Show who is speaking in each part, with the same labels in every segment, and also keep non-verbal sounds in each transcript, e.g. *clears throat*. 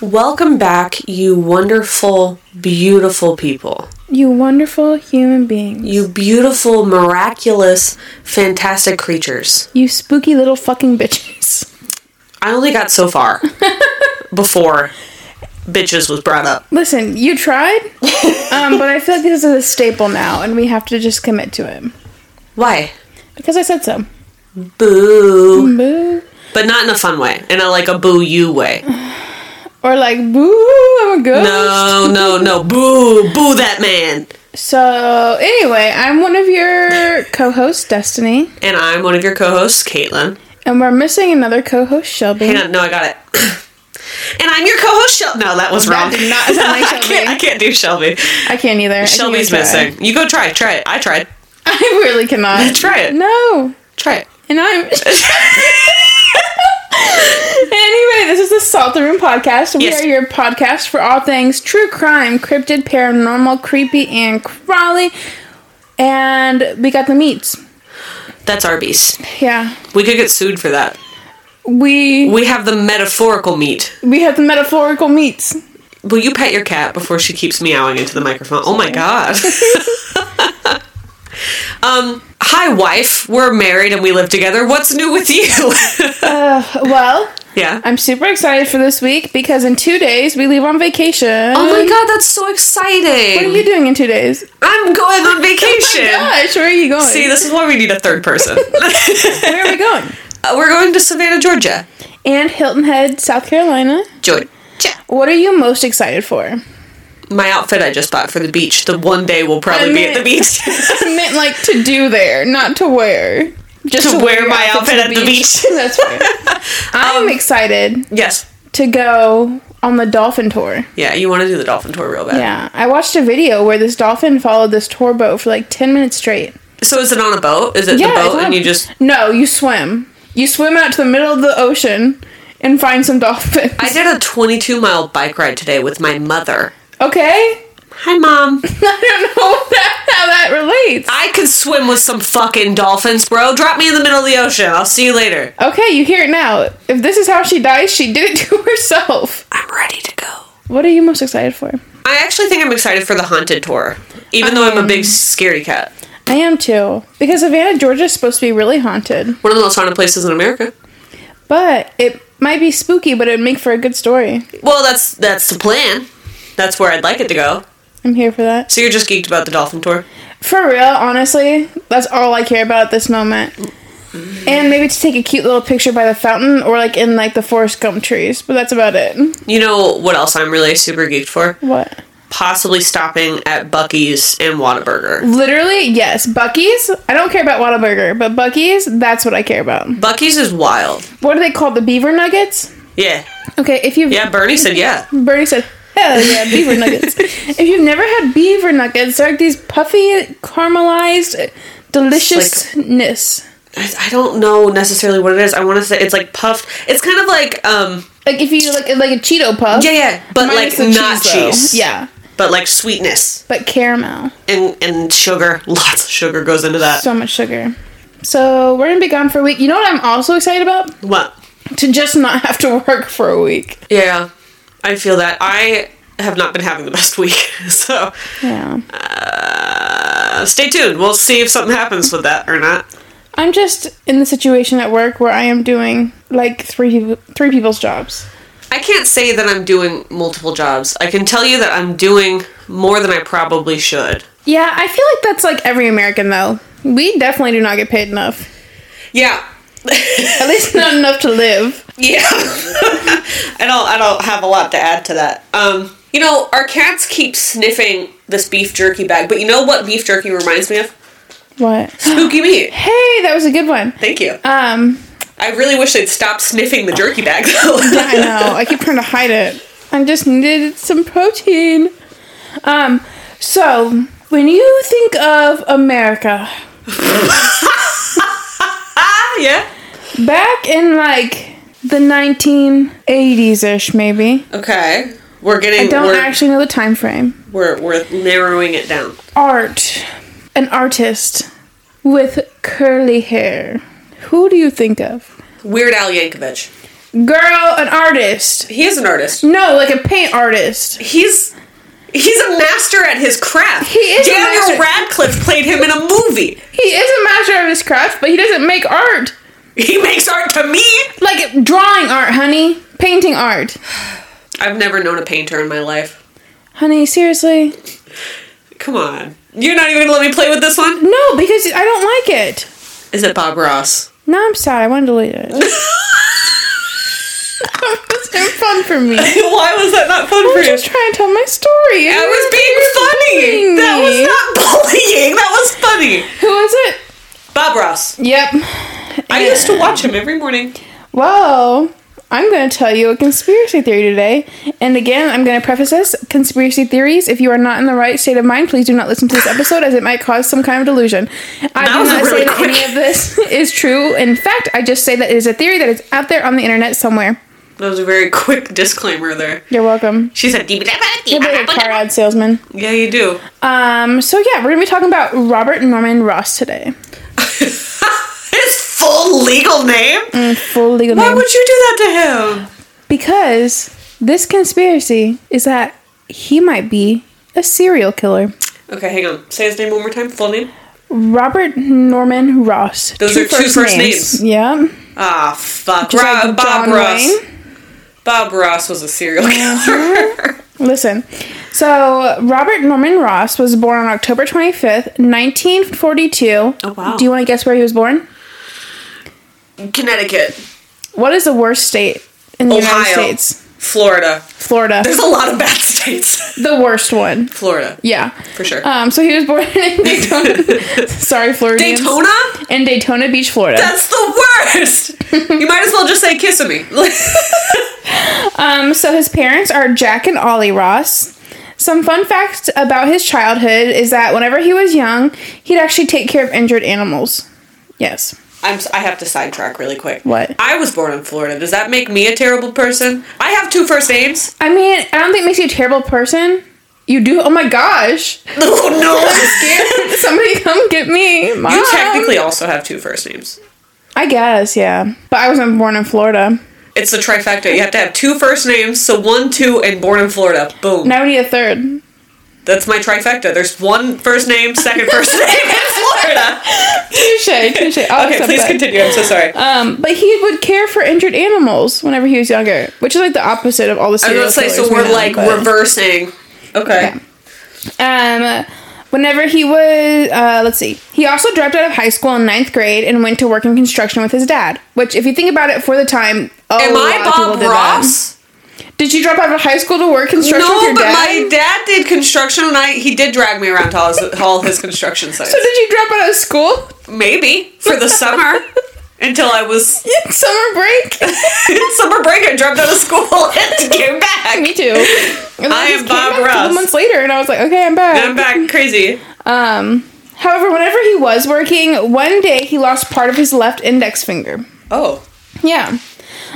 Speaker 1: Welcome back, you wonderful, beautiful people.
Speaker 2: You wonderful human beings.
Speaker 1: You beautiful, miraculous, fantastic creatures.
Speaker 2: You spooky little fucking bitches. *laughs*
Speaker 1: I only got so far before bitches was brought
Speaker 2: *laughs*
Speaker 1: up.
Speaker 2: Listen, you tried, um, but I feel like this is a staple now, and we have to just commit to it
Speaker 1: Why?
Speaker 2: because I said so.
Speaker 1: Boo.
Speaker 2: Boo,
Speaker 1: But not in a fun way, in a like a boo you way.
Speaker 2: or like boo, I'm a ghost.
Speaker 1: No, no, no. Boo, boo that man.
Speaker 2: So anyway, I'm one of your co-hosts, Destiny,
Speaker 1: And I'm one of your co hosts, Caitlin.
Speaker 2: and we're missing another co-host, Shelby.
Speaker 1: Hang on, no, I got it. *clears throat* And I'm your co host, Shelby. No, that was
Speaker 2: That
Speaker 1: wrong.
Speaker 2: did not sound
Speaker 1: *laughs*
Speaker 2: like
Speaker 1: I, can't,
Speaker 2: Shelby.
Speaker 1: I can't do Shelby.
Speaker 2: I can't either. I can't
Speaker 1: Shelby's
Speaker 2: even try.
Speaker 1: missing. You go try it. Try it. I tried.
Speaker 2: *laughs* I
Speaker 1: *laughs*
Speaker 2: really cannot
Speaker 1: Try it.
Speaker 2: No,
Speaker 1: Try it.
Speaker 2: and I'm. *laughs* Anyway, this is the Salt the Room podcast. We
Speaker 1: Yes.
Speaker 2: are your podcast for all things true crime, cryptid, paranormal, creepy, and crawly. And we got the meats.
Speaker 1: That's Arby's.
Speaker 2: Yeah,
Speaker 1: We could get sued for that.
Speaker 2: we
Speaker 1: We have the metaphorical meat.
Speaker 2: we have the metaphorical meats.
Speaker 1: Will you pet your cat before she keeps meowing into the microphone? Oh my god. *laughs* um, hi wife. We're married and we live together. What's new with you? *laughs*
Speaker 2: Well,
Speaker 1: yeah.
Speaker 2: I'm super excited for this week because in two days we leave on vacation.
Speaker 1: oh my god, that's so exciting.
Speaker 2: What are you doing in two days? Oh
Speaker 1: I'm going *laughs* on vacation.
Speaker 2: Gosh, where are you going?
Speaker 1: See, this is why we need a third person. *laughs* Uh,
Speaker 2: where are
Speaker 1: *laughs*
Speaker 2: we going?
Speaker 1: We're going to Savannah, Georgia.
Speaker 2: And Hilton Head, South Carolina.
Speaker 1: Georgia.
Speaker 2: What are you most excited for?
Speaker 1: My outfit I just bought for the beach. The one day we'll probably be at the beach. *laughs*
Speaker 2: I meant like to do there, not to wear. Just
Speaker 1: To wear my outfit at the beach.
Speaker 2: *laughs*
Speaker 1: Um,
Speaker 2: That's fair.
Speaker 1: *laughs*
Speaker 2: I'm excited
Speaker 1: yes.
Speaker 2: to go on the dolphin tour.
Speaker 1: Yeah, you want to do the dolphin tour real bad.
Speaker 2: Yeah, I watched a video where this dolphin followed this tour boat for like ten minutes straight.
Speaker 1: So is it on a boat? Is it
Speaker 2: Yeah,
Speaker 1: the
Speaker 2: it's
Speaker 1: boat
Speaker 2: on
Speaker 1: and
Speaker 2: a-
Speaker 1: you just
Speaker 2: No, you swim. You swim out to the middle of the ocean and find some dolphins.
Speaker 1: I did a 22 mile bike ride today with my mother.
Speaker 2: *laughs* okay, *laughs*
Speaker 1: Hi mom.
Speaker 2: I don't know *laughs* what that, how that relates.
Speaker 1: I could swim with some fucking dolphins, bro. Drop me in the middle of the ocean. I'll see you later.
Speaker 2: Okay, you hear it now. If this is how she dies, she did it to *laughs* herself.
Speaker 1: I'm ready to go.
Speaker 2: What are you most excited for?
Speaker 1: I actually think I'm excited for the haunted tour, even though I'm a big scaredy cat.
Speaker 2: I am too. Because Savannah, Georgia is supposed to be really haunted.
Speaker 1: One of the most haunted places in America.
Speaker 2: But it might be spooky, but it would make for a good story.
Speaker 1: Well, that's that's the plan. That's where I'd like it to go.
Speaker 2: I'm here for that.
Speaker 1: So you're just geeked about the dolphin tour.
Speaker 2: For real, honestly, that's all I care about at this moment. And maybe to take a cute little picture by the fountain or like in like the forest gum trees, but that's about it.
Speaker 1: You know what else I'm really super geeked for?
Speaker 2: What?
Speaker 1: Possibly stopping at Bucky's and Whataburger.
Speaker 2: Literally, yes. Bucky's. I don't care about Whataburger, but Bucky's, that's what I care about.
Speaker 1: Bucky's is wild.
Speaker 2: What are they called? The beaver nuggets?
Speaker 1: Yeah.
Speaker 2: Okay, if you've
Speaker 1: Yeah, Bernie said yeah.
Speaker 2: Bernie said, "Hell yeah, beaver
Speaker 1: *laughs*
Speaker 2: nuggets!" if you've never had beaver nuggets, they're like these puffy, caramelized, deliciousness.
Speaker 1: I I don't know necessarily what it is. I want to say it's like puffed. It's kind of like um
Speaker 2: Like, if you like like a Cheeto puff,
Speaker 1: yeah yeah, but
Speaker 2: minus
Speaker 1: like
Speaker 2: the
Speaker 1: not
Speaker 2: though.
Speaker 1: cheese.
Speaker 2: Yeah,
Speaker 1: but like sweetness
Speaker 2: but caramel.
Speaker 1: and and sugar. *laughs* Lots of sugar goes into that.
Speaker 2: So much sugar. So we're gonna be gone for a week. You know what I'm also excited about?
Speaker 1: what?
Speaker 2: To just not *laughs* have to work for a week.
Speaker 1: Yeah, I feel that. I have not been having the best week, *laughs* so
Speaker 2: Yeah.
Speaker 1: uh, stay tuned. We'll see if something happens with that or not.
Speaker 2: I'm just in the situation at work where I am doing like three peop- three people's jobs.
Speaker 1: I can't say that I'm doing multiple jobs. I can tell you that I'm doing more than I probably should.
Speaker 2: Yeah, I feel like that's like every American though. We definitely do not get paid enough.
Speaker 1: Yeah. *laughs*
Speaker 2: At least *laughs* not enough to live.
Speaker 1: Yeah. *laughs* I don't I don't have a lot to add to that. Um you know, our cats keep sniffing this beef jerky bag, but you know what beef jerky reminds me of?
Speaker 2: What?
Speaker 1: Spooky
Speaker 2: *gasps*
Speaker 1: meat.
Speaker 2: Hey, that was a good one.
Speaker 1: Thank you.
Speaker 2: Um,
Speaker 1: I really wish they'd stop sniffing the jerky bag
Speaker 2: *laughs*
Speaker 1: though.
Speaker 2: I know. I keep trying to hide it. I just needed some protein. Um, so when you think of America,
Speaker 1: ah, *laughs* yeah.
Speaker 2: back in like the 1980s ish, maybe.
Speaker 1: Okay. We're getting
Speaker 2: I don't
Speaker 1: we're,
Speaker 2: actually know the time frame.
Speaker 1: we're we're narrowing it down.
Speaker 2: Art, an artist with curly hair. Who do you think of?
Speaker 1: Weird Al Yankovic.
Speaker 2: Girl, an artist.
Speaker 1: He is an artist.
Speaker 2: No, like a paint artist.
Speaker 1: He's he's a master at his craft.
Speaker 2: He is a
Speaker 1: Daniel
Speaker 2: master-
Speaker 1: Radcliffe played him in a movie.
Speaker 2: He is a master of his craft, but he doesn't make art.
Speaker 1: He makes art to me.
Speaker 2: Like drawing art, honey. Painting art.
Speaker 1: I've never known a painter in my life.
Speaker 2: Honey, seriously?
Speaker 1: Come on. You're not even gonna let me play with this one?
Speaker 2: No, because I don't like it.
Speaker 1: Is it Bob Ross?
Speaker 2: No, I'm sorry. I want to delete it. *laughs* it's no fun for me. I'm
Speaker 1: *laughs* Why was that not fun for you?
Speaker 2: just trying to tell my story.
Speaker 1: I was being funny.
Speaker 2: bullying
Speaker 1: That was
Speaker 2: me.
Speaker 1: not bullying. That was funny.
Speaker 2: Who is it?
Speaker 1: Bob Ross.
Speaker 2: Yep.
Speaker 1: I used to watch him every morning.
Speaker 2: Well, I'm going to tell you a conspiracy theory today. And again, I'm going to preface this conspiracy theories. If you are not in the right state of mind, please do not listen to this episode as it might cause some kind of delusion. I
Speaker 1: That
Speaker 2: do
Speaker 1: was
Speaker 2: not
Speaker 1: really
Speaker 2: say that any
Speaker 1: quick.
Speaker 2: of this *laughs* is true. In fact, I just say that it is a theory that is out there on the internet somewhere.
Speaker 1: That was a very *laughs* quick disclaimer there.
Speaker 2: You're welcome.
Speaker 1: She said,
Speaker 2: You're like a car ad salesman.
Speaker 1: Yeah, you do. *laughs*
Speaker 2: Um, so yeah, we're gonna be talking about Robert Norman Ross today.
Speaker 1: His full legal name?
Speaker 2: Full legal
Speaker 1: Why
Speaker 2: name.
Speaker 1: would you do that to him?
Speaker 2: because this conspiracy is that he might be a serial killer.
Speaker 1: Okay, hang on. Say his name one more time. Full name.
Speaker 2: Robert Norman Ross.
Speaker 1: Those are two first names.
Speaker 2: Yeah.
Speaker 1: Ah, fuck.
Speaker 2: Just
Speaker 1: Rob,
Speaker 2: like
Speaker 1: Bob
Speaker 2: John
Speaker 1: Ross.
Speaker 2: Wayne.
Speaker 1: Bob Ross was a serial killer. *laughs*
Speaker 2: Listen. So Robert Norman Ross was born on October twenty fifth, nineteen forty two.
Speaker 1: Oh, wow.
Speaker 2: Do you want to guess where he was born?
Speaker 1: Connecticut,
Speaker 2: What is the worst state in the United
Speaker 1: Ohio.
Speaker 2: States?
Speaker 1: Florida.
Speaker 2: Florida.
Speaker 1: There's a lot of bad states.
Speaker 2: *laughs*
Speaker 1: *laughs*
Speaker 2: the worst one.
Speaker 1: Florida,
Speaker 2: Yeah.
Speaker 1: for sure.
Speaker 2: Um, so he was born in Daytona. Sorry, Floridians.
Speaker 1: *laughs* Daytona?
Speaker 2: In Daytona Beach, Florida.
Speaker 1: That's the worst. you might as well just say Kissimmee. *laughs*
Speaker 2: um, so his parents are Jack and Ollie Ross. Some fun facts about his childhood is that whenever he was young, he'd actually take care of injured animals. Yes.
Speaker 1: I'm, s- I have to sidetrack really quick.
Speaker 2: What?
Speaker 1: I was born in Florida. Does that make me a terrible person? I have two first names.
Speaker 2: I mean, I don't think it makes you a terrible person. You do. Oh my gosh! *laughs*
Speaker 1: Oh *laughs* no!
Speaker 2: Somebody come get me. Mom.
Speaker 1: you technically also have two first names.
Speaker 2: I guess, yeah. But I wasn't born in Florida.
Speaker 1: It's the trifecta. You have to have two first names, so one, two, and born in Florida. Boom.
Speaker 2: Now we need a third.
Speaker 1: That's my trifecta. There's one first name, second
Speaker 2: *laughs*
Speaker 1: first name in Florida. *laughs*
Speaker 2: Touche, touche. I'll
Speaker 1: Okay,
Speaker 2: accept
Speaker 1: please
Speaker 2: that.
Speaker 1: continue. I'm so sorry.
Speaker 2: Um, but he would care for injured animals whenever he was younger, which is like the opposite of all the
Speaker 1: I
Speaker 2: serial
Speaker 1: was gonna say,
Speaker 2: killers.
Speaker 1: so
Speaker 2: we
Speaker 1: we're
Speaker 2: know,
Speaker 1: like
Speaker 2: but-
Speaker 1: reversing. Okay.
Speaker 2: Um, whenever he was, uh, let's see, he also dropped out of high school in ninth grade and went to work in construction with his dad. Which, if you think about it, for the time, Oh, a
Speaker 1: Am
Speaker 2: lot
Speaker 1: I
Speaker 2: of people
Speaker 1: Bob
Speaker 2: did that.
Speaker 1: Ross?
Speaker 2: Did you drop out of high school to work construction with
Speaker 1: No,
Speaker 2: your
Speaker 1: but
Speaker 2: dad?
Speaker 1: my dad did construction, and I he did drag me around to all his, all his construction
Speaker 2: *laughs*
Speaker 1: sites.
Speaker 2: so did you drop out of school?
Speaker 1: Maybe for the summer until I was *laughs*
Speaker 2: Summer break.
Speaker 1: summer break. I dropped out of school *laughs* and came back.
Speaker 2: Me too. And then
Speaker 1: I am
Speaker 2: just came
Speaker 1: Bob
Speaker 2: back A couple
Speaker 1: Ross.
Speaker 2: months later, and I was like, okay, I'm
Speaker 1: And I'm back crazy.
Speaker 2: Um, however, whenever he was working, one day he lost part of his left index finger.
Speaker 1: Oh,
Speaker 2: Yeah.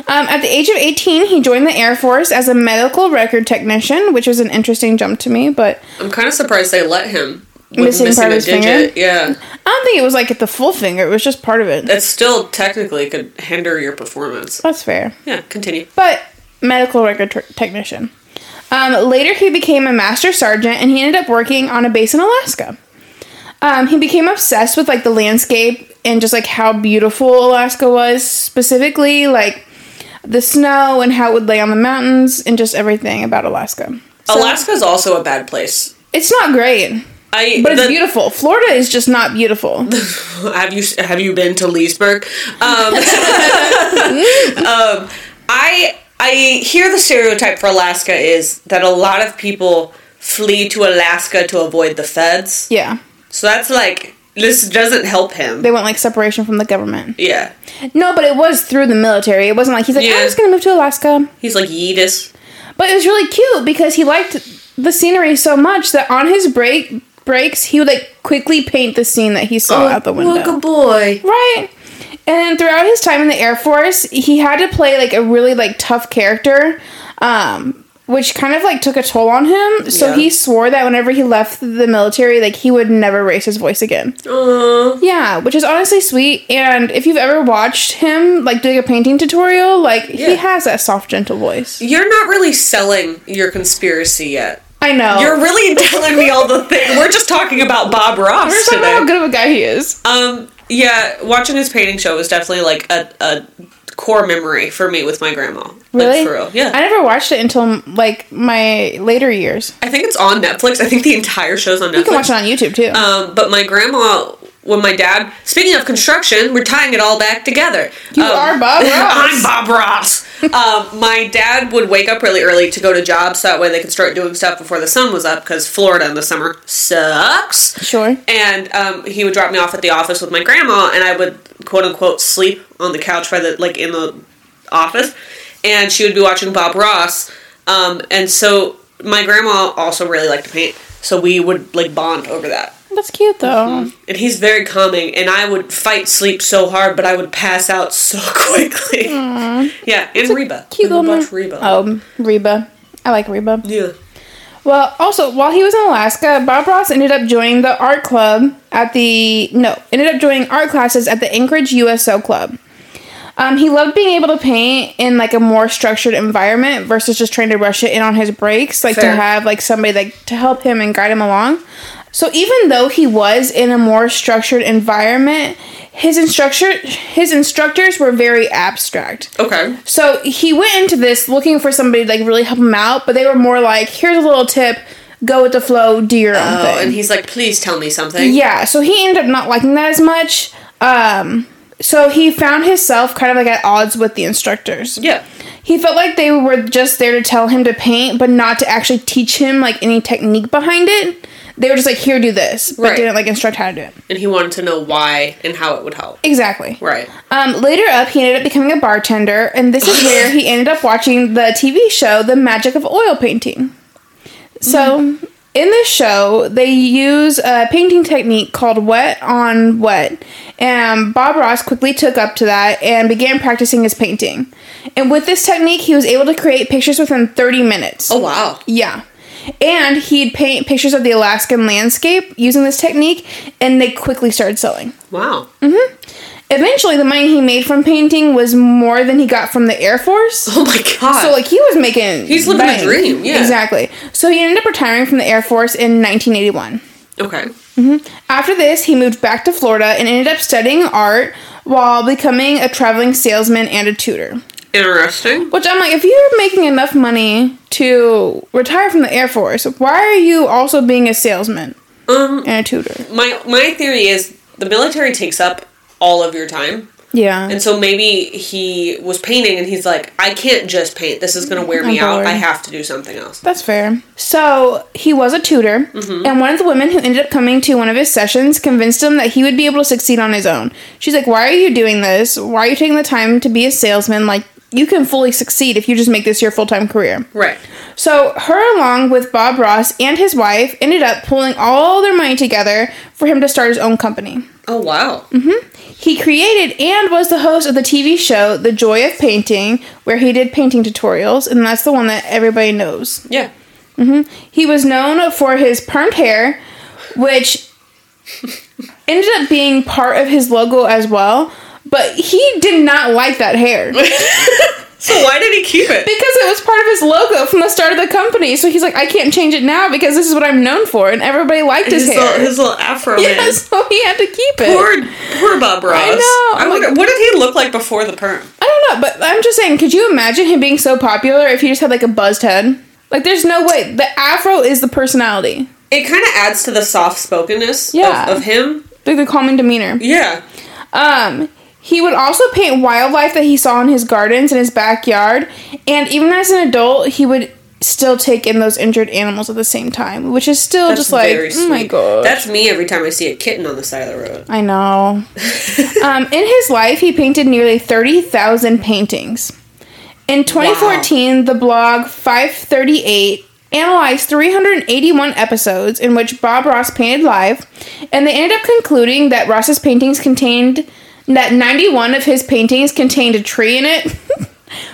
Speaker 2: Um, at the age of 18, he joined the Air Force as a medical record technician, which was an interesting jump to me, but
Speaker 1: I'm kind of surprised they let him. With
Speaker 2: Missing part of his finger?
Speaker 1: Yeah,
Speaker 2: I don't think it was like at the full finger, it was just part of it.
Speaker 1: that still technically could hinder your performance.
Speaker 2: That's fair.
Speaker 1: Yeah, continue.
Speaker 2: But medical record tr- technician. Um, later, he became a master sergeant and he ended up working on a base in Alaska. Um, he became obsessed with like the landscape and just like how beautiful Alaska was, specifically like the snow and how it would lay on the mountains and just everything about Alaska. So,
Speaker 1: Alaska's also a bad place.
Speaker 2: It's not great,
Speaker 1: I
Speaker 2: but it's
Speaker 1: the-
Speaker 2: beautiful. Florida is just
Speaker 1: *laughs*
Speaker 2: not beautiful.
Speaker 1: have you have you been to Leesburg?
Speaker 2: *laughs*
Speaker 1: Um, *laughs* um, I I hear the stereotype for Alaska is that a lot of people flee to Alaska to avoid the feds.
Speaker 2: yeah.
Speaker 1: So that's like this doesn't help him.
Speaker 2: They want like separation from the government.
Speaker 1: yeah,
Speaker 2: No, but it was through the military. It wasn't like he's like,
Speaker 1: Yeah.
Speaker 2: I'm just gonna move to Alaska.
Speaker 1: he's like yeetus.
Speaker 2: But it was really cute because he liked the scenery so much that on his break breaks he would like quickly paint the scene that he
Speaker 1: Oh,
Speaker 2: saw out the window.
Speaker 1: boy.
Speaker 2: Right. And throughout his time in the Air Force, he had to play like a really like tough character. Um which kind of like took a toll on him. So
Speaker 1: Yeah.
Speaker 2: he swore that whenever he left the military, like he would never raise his voice again.
Speaker 1: Aw.
Speaker 2: Yeah, which is honestly sweet. And if you've ever watched him like doing a painting tutorial, like
Speaker 1: Yeah.
Speaker 2: he has that soft, gentle voice.
Speaker 1: You're not really selling your conspiracy yet.
Speaker 2: I know.
Speaker 1: You're really *laughs* telling me all the things. We're just talking about Bob Ross
Speaker 2: We're talking
Speaker 1: today.
Speaker 2: about how good of a guy he is.
Speaker 1: Um, yeah, watching his painting show was definitely like a, a core memory for me with my grandma.
Speaker 2: Really?
Speaker 1: Like, for real. Yeah.
Speaker 2: I never watched it until like my later years.
Speaker 1: I think it's on Netflix. I think the entire show's on Netflix.
Speaker 2: You can watch it on YouTube too.
Speaker 1: Um, but my grandma, when my dad, speaking of construction, we're tying it all back together.
Speaker 2: You
Speaker 1: Um,
Speaker 2: are Bob
Speaker 1: *laughs*
Speaker 2: Ross.
Speaker 1: I'm Bob Ross. um, my dad would wake up really early to go to jobs so that way they could start doing stuff before the sun was up because Florida in the summer sucks.
Speaker 2: Sure.
Speaker 1: And um, he would drop me off at the office with my grandma, and I would quote unquote sleep on the couch by the like in the office, and she would be watching Bob Ross. Um, and so my grandma also really liked to paint, so we would like bond over that.
Speaker 2: That's cute though.
Speaker 1: And he's very calming, and I would fight sleep so hard, but I would pass out so *laughs* quickly. Yeah, and Reba.
Speaker 2: Cute
Speaker 1: we would
Speaker 2: little
Speaker 1: watch
Speaker 2: mom-
Speaker 1: Reba.
Speaker 2: Oh, Reba. I like Reba.
Speaker 1: Yeah.
Speaker 2: Well, also while he was in Alaska, Bob Ross ended up joining the art club at the no, ended up joining art classes at the Anchorage USO Club. Um, he loved being able to paint in like a more structured environment versus just trying to rush it in on his breaks, like
Speaker 1: Fair.
Speaker 2: to have like somebody like to help him and guide him along. So even though he was in a more structured environment, his instructor his instructors were very abstract.
Speaker 1: Okay.
Speaker 2: So he went into this looking for somebody to like really help him out, but they were more like, here's a little tip, go with the flow, do your own
Speaker 1: Oh,
Speaker 2: thing.
Speaker 1: and he's like, please tell me something.
Speaker 2: yeah, so he ended up not liking that as much. Um so he found himself kind of like at odds with the instructors.
Speaker 1: Yeah.
Speaker 2: He felt like they were just there to tell him to paint, but not to actually teach him like any technique behind it. They were just like, here, do this, but
Speaker 1: Right.
Speaker 2: didn't like instruct how to do it.
Speaker 1: And he wanted to know why and how it would help.
Speaker 2: Exactly.
Speaker 1: Right.
Speaker 2: Um, later up, he ended up becoming a bartender, and this is where he ended up watching the TV show The Magic of Oil Painting. So, in this show, they use a painting technique called wet on wet, and Bob Ross quickly took up to that and began practicing his painting. And with this technique, he was able to create pictures within 30 minutes.
Speaker 1: Oh, wow.
Speaker 2: Yeah. And he'd paint pictures of the Alaskan landscape using this technique, and they quickly started selling.
Speaker 1: Wow.
Speaker 2: Mm-hmm. Eventually, the money he made from painting was more than he got from the Air Force.
Speaker 1: Oh, my God.
Speaker 2: So, like, he was making.
Speaker 1: He's living a
Speaker 2: bank.
Speaker 1: dream, yeah.
Speaker 2: Exactly. So, he ended up retiring from the Air Force in 1981.
Speaker 1: okay.
Speaker 2: After this, he moved back to Florida and ended up studying art while becoming a traveling salesman and a tutor.
Speaker 1: Interesting.
Speaker 2: Which I'm like, if you're making enough money to retire from the Air Force, why are you also being a salesman
Speaker 1: Um,
Speaker 2: and a tutor?
Speaker 1: my, my theory is the military takes up all of your time.
Speaker 2: Yeah.
Speaker 1: And so maybe he was painting and he's like, I can't just paint. This is going to wear me
Speaker 2: I'm
Speaker 1: out.
Speaker 2: bored.
Speaker 1: I have to do something else.
Speaker 2: That's fair. Mm-hmm. So he was a tutor, and one of the women who ended up coming to one of his sessions convinced him that he would be able to succeed on his own. She's like, Why are you doing this? Why are you taking the time to be a salesman? Like, you can fully succeed if you just make this your full time career.
Speaker 1: Right.
Speaker 2: So, her, along with Bob Ross and his wife, ended up pulling all their money together for him to start his own company.
Speaker 1: Oh, wow.
Speaker 2: He created and was the host of the TV show The Joy of Painting, where he did painting tutorials, and that's the one that everybody knows.
Speaker 1: Yeah.
Speaker 2: He was known for his permed hair, which ended up being part of his logo as well. But he did not like
Speaker 1: *laughs*
Speaker 2: that hair
Speaker 1: *laughs*
Speaker 2: because
Speaker 1: So why did he keep it?
Speaker 2: it was part of his logo from the start of the company. So he's like, I can't change it now because this is what I'm known for, and everybody liked his,
Speaker 1: His
Speaker 2: hair.
Speaker 1: little, his little afro
Speaker 2: *laughs* yeah,
Speaker 1: man.
Speaker 2: so he had to keep it.
Speaker 1: Poor, poor Bob Ross.
Speaker 2: I know.
Speaker 1: I Oh
Speaker 2: I'm
Speaker 1: wonder,
Speaker 2: like-
Speaker 1: what did he look like before the perm?
Speaker 2: I don't know, but I'm just saying, could you imagine him being so popular if he just had like a buzzed head? Like, there's no way. The afro is the personality,
Speaker 1: It kind of adds to the soft spokenness
Speaker 2: Yeah.
Speaker 1: of, of him.
Speaker 2: like the calming demeanor.
Speaker 1: Yeah.
Speaker 2: Um, he would also paint wildlife that he saw in his gardens in his backyard, and even as an adult, he would still take in those injured animals at the same time, which is still
Speaker 1: That's
Speaker 2: just like,
Speaker 1: very
Speaker 2: oh my
Speaker 1: sweet.
Speaker 2: god,
Speaker 1: That's me every time I see a kitten on the side of the road.
Speaker 2: I know. um, in his life, he painted nearly thirty thousand paintings. In 2014, the blog 538 analyzed 381 episodes in which Bob Ross painted live, and they ended up concluding that Ross's paintings contained that 91 *laughs* of his paintings contained a tree in it.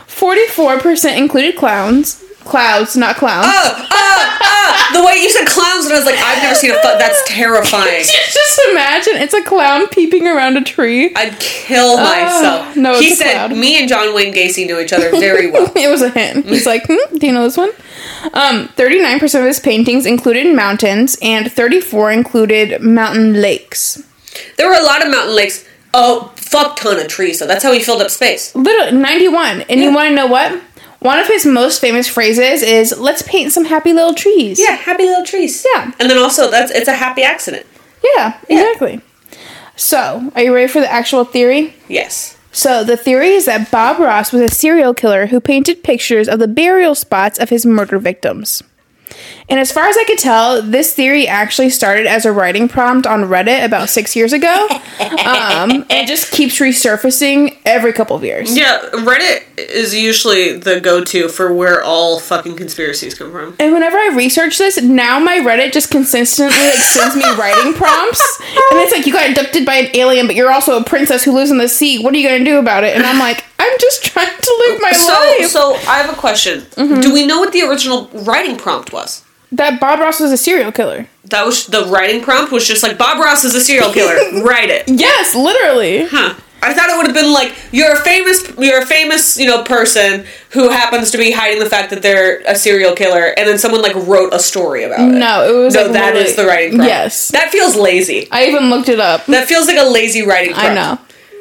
Speaker 2: 44% included clowns. Clouds, not clowns.
Speaker 1: Oh, oh, oh! The way you said clowns, and I was like, I've never seen a. Fu- that's terrifying.
Speaker 2: *laughs* Just imagine it's a clown peeping around a tree.
Speaker 1: I'd kill myself.
Speaker 2: no,
Speaker 1: he
Speaker 2: it's a
Speaker 1: said
Speaker 2: cloud.
Speaker 1: me and John Wayne Gacy know each other very *laughs* well.
Speaker 2: *laughs* it was a hint. He's like, hmm, do you know this one? Um, 39% of his paintings included mountains, and 34 included mountain lakes.
Speaker 1: there were a lot of mountain lakes. Oh, fuck ton of trees. So that's how he filled up space.
Speaker 2: Literally 91. And you want to know what? One of his most famous phrases is, let's paint some happy little trees.
Speaker 1: Yeah, happy little trees.
Speaker 2: Yeah.
Speaker 1: And then also that's it's a happy accident.
Speaker 2: Yeah, exactly. So, are you ready for the actual theory?
Speaker 1: Yes.
Speaker 2: So, the theory is that Bob Ross was a serial killer who painted pictures of the burial spots of his murder victims. And as far as I could tell, this theory actually started as a writing prompt on Reddit about six
Speaker 1: *laughs*
Speaker 2: years ago. Um, and it just keeps resurfacing every couple of years.
Speaker 1: Yeah, Reddit is usually the go-to for where all fucking conspiracies come from.
Speaker 2: And whenever I research this, now my Reddit just consistently like sends me writing prompts, and it's like you got abducted by an alien, but you're also a princess who lives in the sea. What are you gonna do about it? And I'm like, I'm just trying to live my
Speaker 1: So,
Speaker 2: life.
Speaker 1: so I have a question. Do we know what the original writing prompt was?
Speaker 2: that Bob Ross was a serial killer.
Speaker 1: That was the writing prompt was just like Bob Ross is a serial killer. Write it.
Speaker 2: Yes, literally.
Speaker 1: Huh. I thought it would have been like you're a famous you're a famous, you know, person who happens to be hiding the fact that they're a serial killer and then someone like wrote a story about it.
Speaker 2: No, it was
Speaker 1: So
Speaker 2: Mm-hmm. like,
Speaker 1: that is
Speaker 2: literally-
Speaker 1: the writing prompt.
Speaker 2: Yes.
Speaker 1: That feels lazy.
Speaker 2: I even looked it up.
Speaker 1: That feels like a lazy writing prompt.
Speaker 2: I know.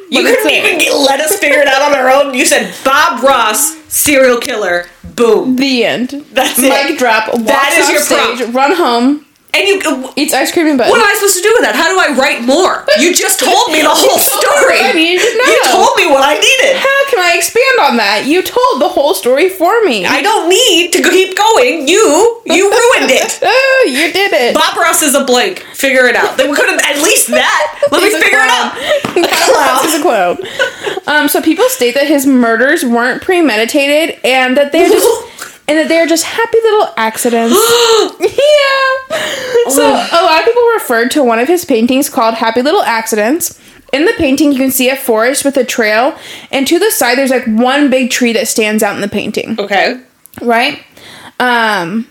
Speaker 1: You
Speaker 2: But it's
Speaker 1: couldn't
Speaker 2: it.
Speaker 1: even get- let us figure it out on our own. You said Bob Ross, serial killer, boom.
Speaker 2: The end.
Speaker 1: That's it.
Speaker 2: Mic drop. Walks
Speaker 1: That is
Speaker 2: off
Speaker 1: your
Speaker 2: stage,
Speaker 1: prompt.
Speaker 2: Run home.
Speaker 1: And you uh, what
Speaker 2: Eats ice cream and butt.
Speaker 1: am I supposed to do with that? How do I write more? You just told me the
Speaker 2: *laughs*
Speaker 1: whole story.
Speaker 2: I needed to know.
Speaker 1: You told me what I needed.
Speaker 2: How can I expand on that? You told the whole story for me.
Speaker 1: I don't need to keep going. You you ruined it.
Speaker 2: *laughs* Oh, you did it.
Speaker 1: Bob Ross is a blank. Figure it out. They could have at least that. Let me
Speaker 2: He's a
Speaker 1: figure
Speaker 2: clown.
Speaker 1: it out. *laughs* A
Speaker 2: Bob
Speaker 1: clown.
Speaker 2: is a clown. Um, so people state that his murders weren't premeditated and that
Speaker 1: *laughs*
Speaker 2: they're just and that they're just happy little accidents. yeah. So a lot of people referred to one of his paintings called Happy Little Accidents. In the painting, you can see a forest with a trail, and to the side, there's like one big tree that stands out in the painting
Speaker 1: *gasps* Okay.
Speaker 2: right? Um,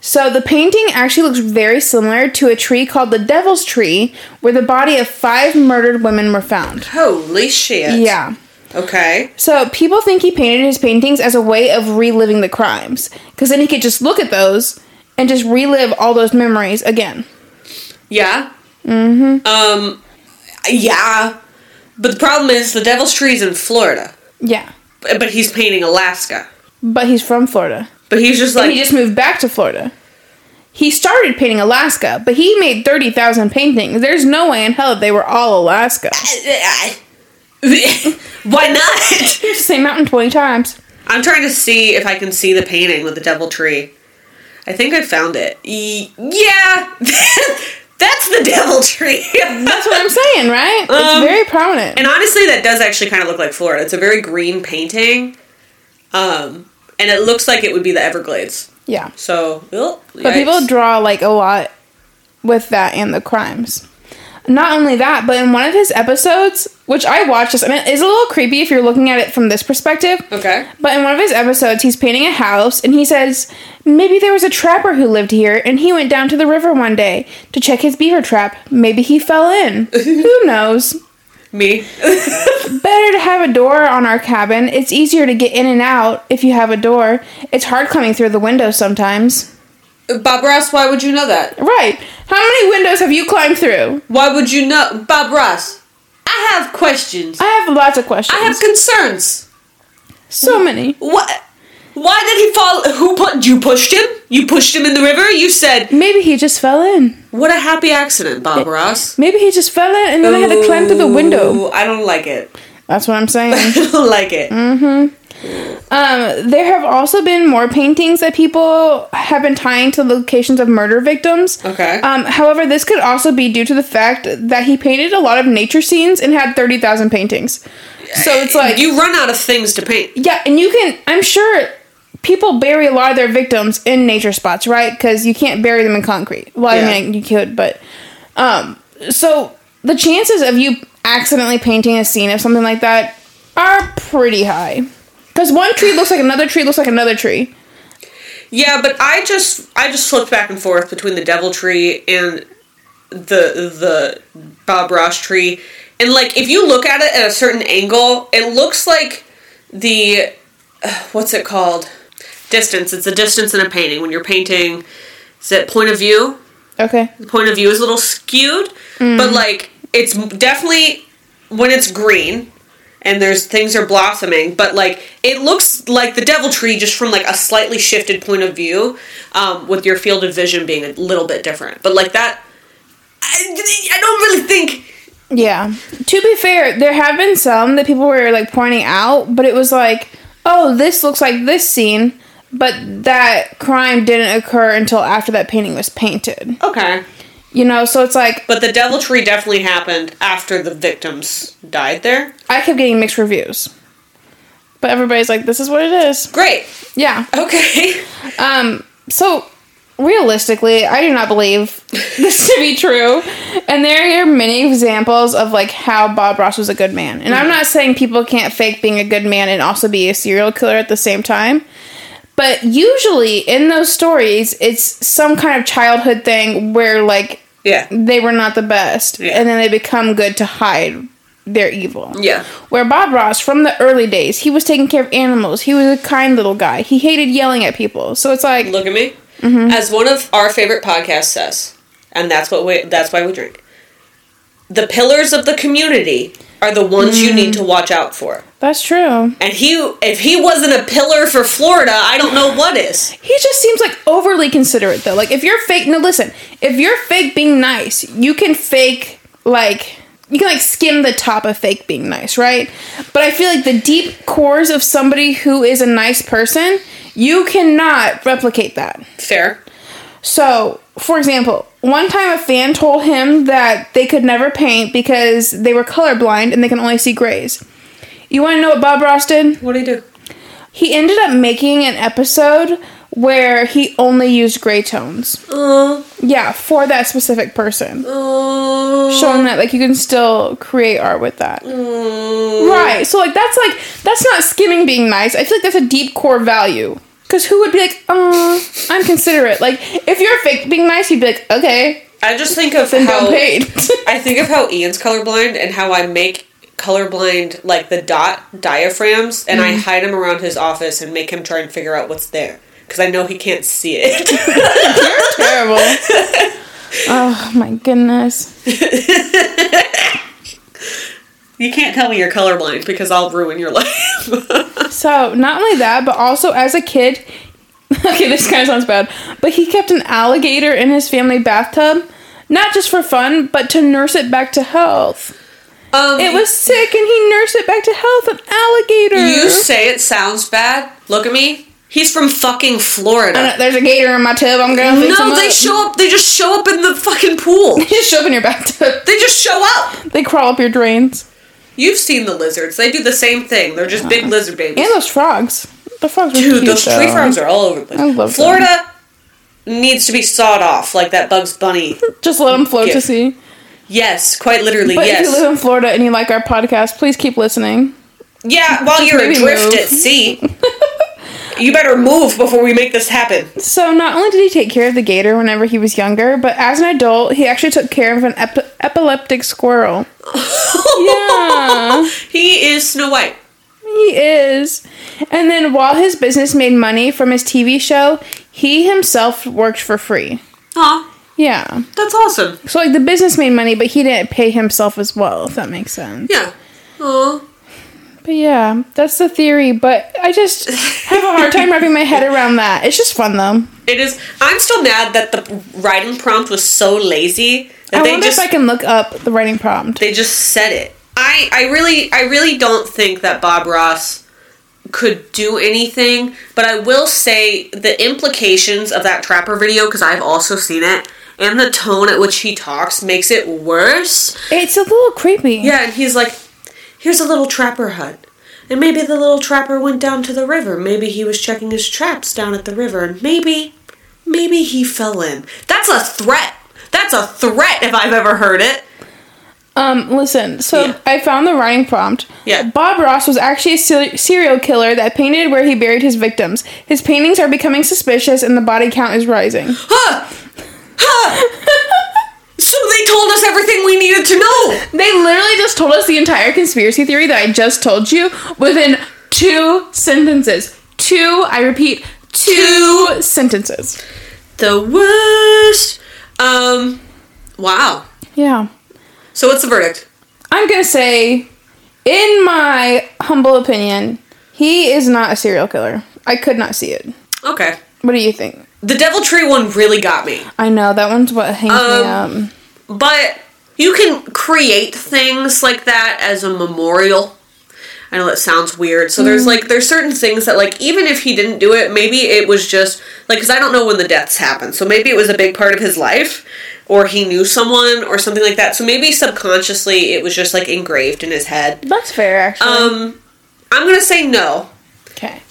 Speaker 2: so the painting actually looks very similar to a tree called the Devil's Tree, where the body of five murdered women were found.
Speaker 1: Holy shit.
Speaker 2: Yeah.
Speaker 1: Okay.
Speaker 2: So people think he painted his paintings as a way of reliving the crimes, because then he could just look at those and just relive all those memories again.
Speaker 1: Yeah. Mm-hmm. Um. Yeah. But the problem is the Devil's Tree's in Florida,
Speaker 2: Yeah.
Speaker 1: but but he's painting Alaska.
Speaker 2: But he's from Florida.
Speaker 1: But he's just
Speaker 2: And
Speaker 1: like
Speaker 2: he just moved back to Florida. He started painting Alaska, but he made 30,000 paintings. There's no way in hell that they were all Alaska.
Speaker 1: *laughs* why not?
Speaker 2: Same mountain 20 times.
Speaker 1: I'm trying to see if I can see the painting with the Devil Tree. I think I found it. Y- yeah. *laughs* That's the Devil Tree. *laughs*
Speaker 2: That's what I'm saying, right?
Speaker 1: Um,
Speaker 2: it's very prominent.
Speaker 1: And honestly, that does actually kind of look like Florida. It's a very green painting, um, and it looks like it would be the Everglades.
Speaker 2: yeah.
Speaker 1: So, oh, well,
Speaker 2: But people draw like a lot with that and the crimes. Not only that, but in one of his episodes, which I watched this, and it is a little creepy if you're looking at it from this perspective.
Speaker 1: okay,
Speaker 2: But in one of his episodes, he's painting a house and he says, Maybe there was a trapper who lived here and he went down to the river one day to check his beaver trap. Maybe he fell
Speaker 1: *laughs*
Speaker 2: in. who knows?
Speaker 1: me.
Speaker 2: Better to have a door on our cabin. It's easier to get in and out if you have a door. It's hard coming through the window sometimes.
Speaker 1: *laughs* Bob Ross, why would you know that?
Speaker 2: Right. How many windows have you climbed through?
Speaker 1: Why would you know, Bob Ross? I have questions.
Speaker 2: I have lots of questions.
Speaker 1: I have concerns.
Speaker 2: so many.
Speaker 1: What? Why did he fall? Who put you pushed him? You pushed him in the river. You said,
Speaker 2: Maybe he just fell in.
Speaker 1: "What a happy accident, Bob Ross."
Speaker 2: Maybe he just fell in and then I had to climb through the window.
Speaker 1: Ooh, I don't like it. *laughs*
Speaker 2: That's what I'm saying.
Speaker 1: I don't like it.
Speaker 2: Mm. Um, there have also been more paintings that people have been tying to locations of murder victims.
Speaker 1: Okay.
Speaker 2: Um, however, this could also be due to the fact that he painted a lot of nature scenes and had 30,000 paintings. So it's like,
Speaker 1: you run out of things to paint.
Speaker 2: yeah, and you can, I'm sure people bury a lot of their victims in nature spots, right? Because you can't bury them in concrete. Well,
Speaker 1: Yeah.
Speaker 2: I mean, you could, but. Um, so the chances of you accidentally painting a scene of something like that are pretty high. Because one tree looks like another tree looks like another tree.
Speaker 1: Yeah, but I just I just flipped back and forth between the devil tree and the the Bob Ross tree. And like if you look at it at a certain angle, it looks like the *sighs* uh, what's it called? Distance. It's a distance in a painting. When you're painting is it point of view?
Speaker 2: Okay.
Speaker 1: The point of view is a little skewed, but like it's definitely when it's green and there's things are blossoming, but like it looks like the devil tree just from like a slightly shifted point of view, um, with your field of vision being a little bit different. But like that, I, I don't really think.
Speaker 2: Yeah. To be fair, there have been some that people were like pointing out, but it was like, oh, this looks like this scene, but that crime didn't occur until after that painting was painted.
Speaker 1: Okay.
Speaker 2: You know, so it's like
Speaker 1: But the devil tree definitely happened after the victims died there.
Speaker 2: I kept getting mixed reviews. But everybody's like, this is what it is.
Speaker 1: Great.
Speaker 2: Yeah.
Speaker 1: Okay. *laughs*
Speaker 2: Um, so realistically, I do not believe *laughs* this to be true. And there are many examples of like how Bob Ross was a good man. And I'm not saying people can't fake being a good man and also be a serial killer at the same time. But usually in those stories, it's some kind of childhood thing where like
Speaker 1: Yeah.
Speaker 2: they were not the best
Speaker 1: Yeah.
Speaker 2: and then they become good to hide their evil.
Speaker 1: Yeah.
Speaker 2: Where Bob Ross, from the early days, he was taking care of animals. He was a kind little guy. He hated yelling at people. So it's like,
Speaker 1: Look at me. As one of our favorite podcasts says, and that's what we that's why we drink. The pillars of the community are the ones you need to watch out for.
Speaker 2: that's true.
Speaker 1: And he if he wasn't a pillar for Florida, I don't know what is.
Speaker 2: He just seems like overly considerate, though. Like, if you're fake, no, listen, if you're fake being nice, you can fake, like, you can, like, skim the top of fake being nice, right? But I feel like the deep cores of somebody who is a nice person, you cannot replicate that.
Speaker 1: Fair.
Speaker 2: So, for example, one time a fan told him that they could never paint because they were colorblind and they can only see grays. You want to know what Bob Ross did?
Speaker 1: What do you do?
Speaker 2: He ended up making an episode where he only used gray tones.
Speaker 1: Oh,
Speaker 2: Yeah, for that specific person.
Speaker 1: oh,
Speaker 2: Showing that like you can still create art with that.
Speaker 1: Mm.
Speaker 2: Right. So like that's like that's not skimming being nice. I feel like that's a deep core value. Cause who would be like, oh, I'm considerate. Like if you're fake being nice, you'd be like, okay,
Speaker 1: I just think of
Speaker 2: and
Speaker 1: how
Speaker 2: don't paint. *laughs*
Speaker 1: I think of how Ian's colorblind and how I make colorblind like the dot diaphragms and I
Speaker 2: Mm-hmm.
Speaker 1: hide him around his office and make him try and figure out what's there because I know he can't see it. *laughs*
Speaker 2: Terrible. *laughs* oh my goodness.
Speaker 1: You can't tell me you're colorblind because I'll ruin your *laughs* life.
Speaker 2: So not only that, but also as a kid, *laughs* okay, this kind of sounds bad, but he kept an alligator in his family bathtub, not just for fun, but to nurse it back to health.
Speaker 1: um,
Speaker 2: It was sick, and he nursed it back to health. An alligator.
Speaker 1: You say it sounds bad. Look at me. He's from fucking
Speaker 2: I
Speaker 1: Florida.
Speaker 2: know, uh, There's a gator in my tub. I'm gonna fix him
Speaker 1: No, they
Speaker 2: up.
Speaker 1: show up. They just show up in the fucking pool.
Speaker 2: *laughs* They just show up in your bathtub.
Speaker 1: They just show up.
Speaker 2: They crawl up your drains.
Speaker 1: You've seen the lizards. They do the same thing. They're just big lizard babies.
Speaker 2: And those frogs. The frogs were
Speaker 1: Dude,
Speaker 2: cute.
Speaker 1: those tree
Speaker 2: though.
Speaker 1: frogs are all over the place.
Speaker 2: I love them.
Speaker 1: Florida needs to be sawed off like that Bugs
Speaker 2: *laughs*
Speaker 1: Bunny.
Speaker 2: Just let them float
Speaker 1: Yeah.
Speaker 2: to sea.
Speaker 1: Yes, quite literally.
Speaker 2: But
Speaker 1: yes.
Speaker 2: if you live in Florida and you like our podcast, please keep listening. *laughs*
Speaker 1: yeah, while you're
Speaker 2: maybe
Speaker 1: adrift
Speaker 2: move.
Speaker 1: at
Speaker 2: *laughs*
Speaker 1: sea, you better move before we make this happen. *laughs*
Speaker 2: So, not only did he take care of the gator whenever he was younger, but as an adult, he actually took care of an ep- epileptic squirrel. Yeah.
Speaker 1: he is Snow White.
Speaker 2: He is. And then, while his business made money from his TV show, he himself worked for free.
Speaker 1: Aw,
Speaker 2: Yeah.
Speaker 1: that's awesome.
Speaker 2: So, like, the business made money, but he didn't pay himself as well, if that makes sense.
Speaker 1: Yeah. Aw.
Speaker 2: But yeah, that's the theory, but I just have a hard time wrapping my head around that. It's just fun, though.
Speaker 1: It is. I'm still mad that the writing prompt was so lazy that *laughs*
Speaker 2: I
Speaker 1: they
Speaker 2: wonder
Speaker 1: just
Speaker 2: if I can look up the writing prompt.
Speaker 1: they just said it. I I really I really don't think that Bob Ross could do anything, but I will say the implications of that Trapper video because I've also seen it. And the tone at which he talks makes it worse.
Speaker 2: It's a little creepy.
Speaker 1: Yeah, and he's like, here's a little trapper hut. And maybe the little trapper went down to the river. Maybe he was checking his traps down at the river. And maybe, maybe he fell in. That's a threat. That's a threat if I've ever heard it.
Speaker 2: Um, listen, so
Speaker 1: Yeah.
Speaker 2: I found the writing prompt.
Speaker 1: Yeah.
Speaker 2: Bob Ross was actually a se- serial killer that painted where he buried his victims. His paintings are becoming suspicious and the body count is rising.
Speaker 1: Huh! Huh! so they told us everything we needed to know!
Speaker 2: *laughs* They literally just told us the entire conspiracy theory that I just told you within two sentences. Two, I repeat, two, sentences.
Speaker 1: The worst! Um, wow.
Speaker 2: Yeah.
Speaker 1: So what's the verdict?
Speaker 2: I'm going to say, in my humble opinion, he is not a serial killer. I could not see it.
Speaker 1: Okay.
Speaker 2: What do you think?
Speaker 1: The devil tree one really got me.
Speaker 2: I know, that one's what hangs me
Speaker 1: Um,
Speaker 2: up.
Speaker 1: But you can create things like that as a memorial. I know that sounds weird. So there's like there's certain things that like even if he didn't do it, maybe it was just like cuz I don't know when the deaths happened. So maybe it was a big part of his life or he knew someone or something like that. So maybe subconsciously it was just like engraved in his head.
Speaker 2: That's fair, actually.
Speaker 1: Um I'm going to say no.
Speaker 2: okay.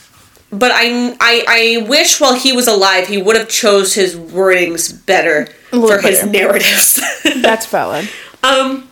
Speaker 1: But I, I I wish while he was alive he would have chose his wordings better
Speaker 2: little
Speaker 1: for his
Speaker 2: better.
Speaker 1: narratives.
Speaker 2: *laughs* That's valid.
Speaker 1: *laughs* um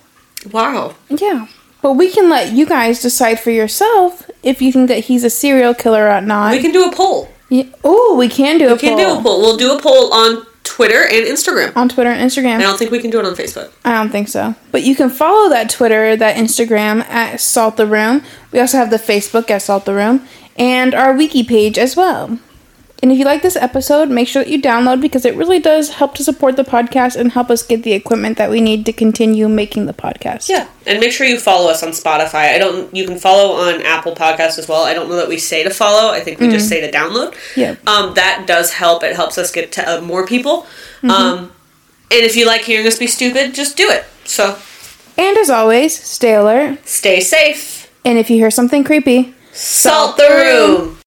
Speaker 1: wow.
Speaker 2: Yeah. But we can let you guys decide for yourself if you think that he's a serial killer or not.
Speaker 1: We can do a poll.
Speaker 2: Yeah. Oh, we can do a
Speaker 1: We can
Speaker 2: poll
Speaker 1: do a poll. We'll do a poll on Twitter and Instagram.
Speaker 2: on Twitter and Instagram.
Speaker 1: I don't think we can do it on Facebook.
Speaker 2: I don't think so. But you can follow that Twitter, that Instagram at Salt the Room. We also have the Facebook at Salt the Room and our wiki page as well. And if you like this episode, make sure that you download because it really does help to support the podcast and help us get the equipment that we need to continue making the podcast.
Speaker 1: And make sure you follow us on Spotify. I don't you can follow on Apple Podcasts as well. I don't know that we say to follow. I think we
Speaker 2: Mm.
Speaker 1: just say to download.
Speaker 2: Yeah.
Speaker 1: Um that does help. It helps us get to uh, more people. Um and if you like hearing us be stupid, just do it. So,
Speaker 2: And as always, stay alert.
Speaker 1: stay safe.
Speaker 2: And if you hear something creepy,
Speaker 1: Salt the room.